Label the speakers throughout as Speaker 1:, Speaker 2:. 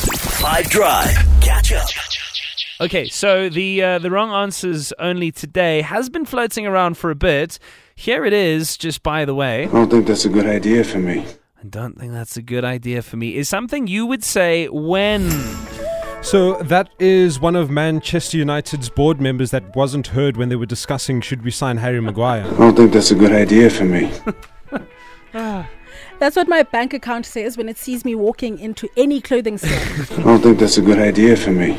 Speaker 1: Five Drive. Catch up.
Speaker 2: Okay, so the uh, the wrong answers only today has been floating around for a bit. Here it is, just by the way.
Speaker 3: I don't think that's a good idea for me.
Speaker 2: I don't think that's a good idea for me. Is something you would say when?
Speaker 4: So that is one of Manchester United's board members that wasn't heard when they were discussing should we sign Harry Maguire.
Speaker 3: I don't think that's a good idea for me.
Speaker 5: That's what my bank account says when it sees me walking into any clothing store.
Speaker 3: I don't think that's a good idea for me.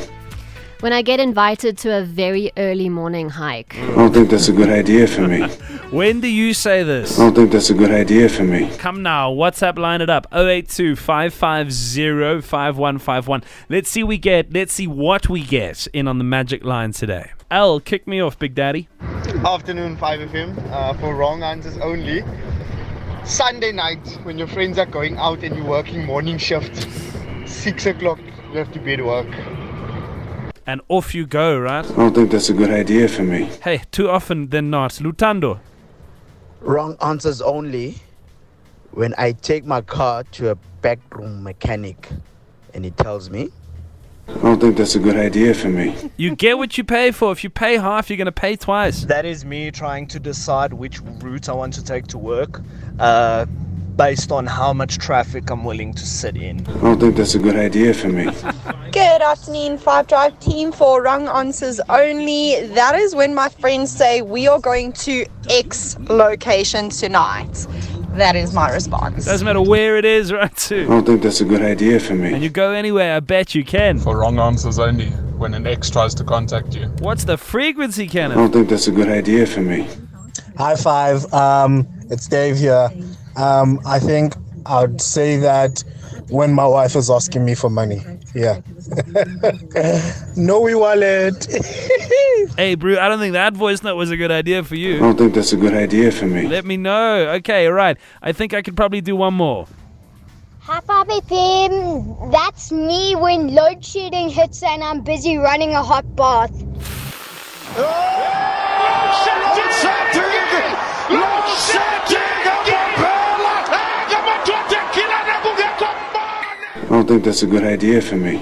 Speaker 6: When I get invited to a very early morning hike.
Speaker 3: I don't think that's a good idea for me. I
Speaker 2: When do you say this?
Speaker 3: don't think that's a good idea for me.
Speaker 2: Come now, WhatsApp, line it up. 082 550 5151. Let's see we get. Let's see what we get in on the magic line today. Al, kick me off, Big Daddy.
Speaker 7: Afternoon 5 FM uh, for wrong answers only. Sunday night when your friends are going out and you're working morning shift, 6 o'clock, you have to be at work.
Speaker 2: And off you go, right?
Speaker 3: I don't think that's a good idea for me.
Speaker 2: Hey, too often than not. Lutando.
Speaker 8: Wrong answers only when I take my car to a backroom mechanic and he tells me
Speaker 3: I don't think that's a good idea for me.
Speaker 2: You get what you pay for. If you pay half, you're going to pay twice.
Speaker 9: That is me trying to decide which route I want to take to work uh, based on how much traffic I'm willing to sit in.
Speaker 3: I don't think that's a good idea for me.
Speaker 10: Good afternoon, Five Drive team for wrong answers only. That is when my friends say we are going to X location tonight. That is my response.
Speaker 2: Doesn't matter where it is, right?
Speaker 3: I
Speaker 2: Too.
Speaker 3: don't think that's a good idea for
Speaker 2: And
Speaker 3: me.
Speaker 2: you go anywhere. I bet you can.
Speaker 11: For wrong answers only, when an ex tries to contact you.
Speaker 2: What's the frequency,
Speaker 3: I
Speaker 2: Kenneth?
Speaker 3: don't think that's a good idea for me.
Speaker 8: High five. Um, it's Dave here. Um, I think I'd say that when my wife is asking me for money. Yeah. no, we wallet.
Speaker 2: Hey, Brew, I don't think that voice note was a good idea for
Speaker 3: I
Speaker 2: you.
Speaker 3: don't think that's a good idea for me.
Speaker 2: Let me know. Okay, all right. I think I could probably do one more.
Speaker 10: Hi, Five FM. That's me when load shedding hits and I'm busy running a hot bath.
Speaker 3: I don't think that's a good idea for me.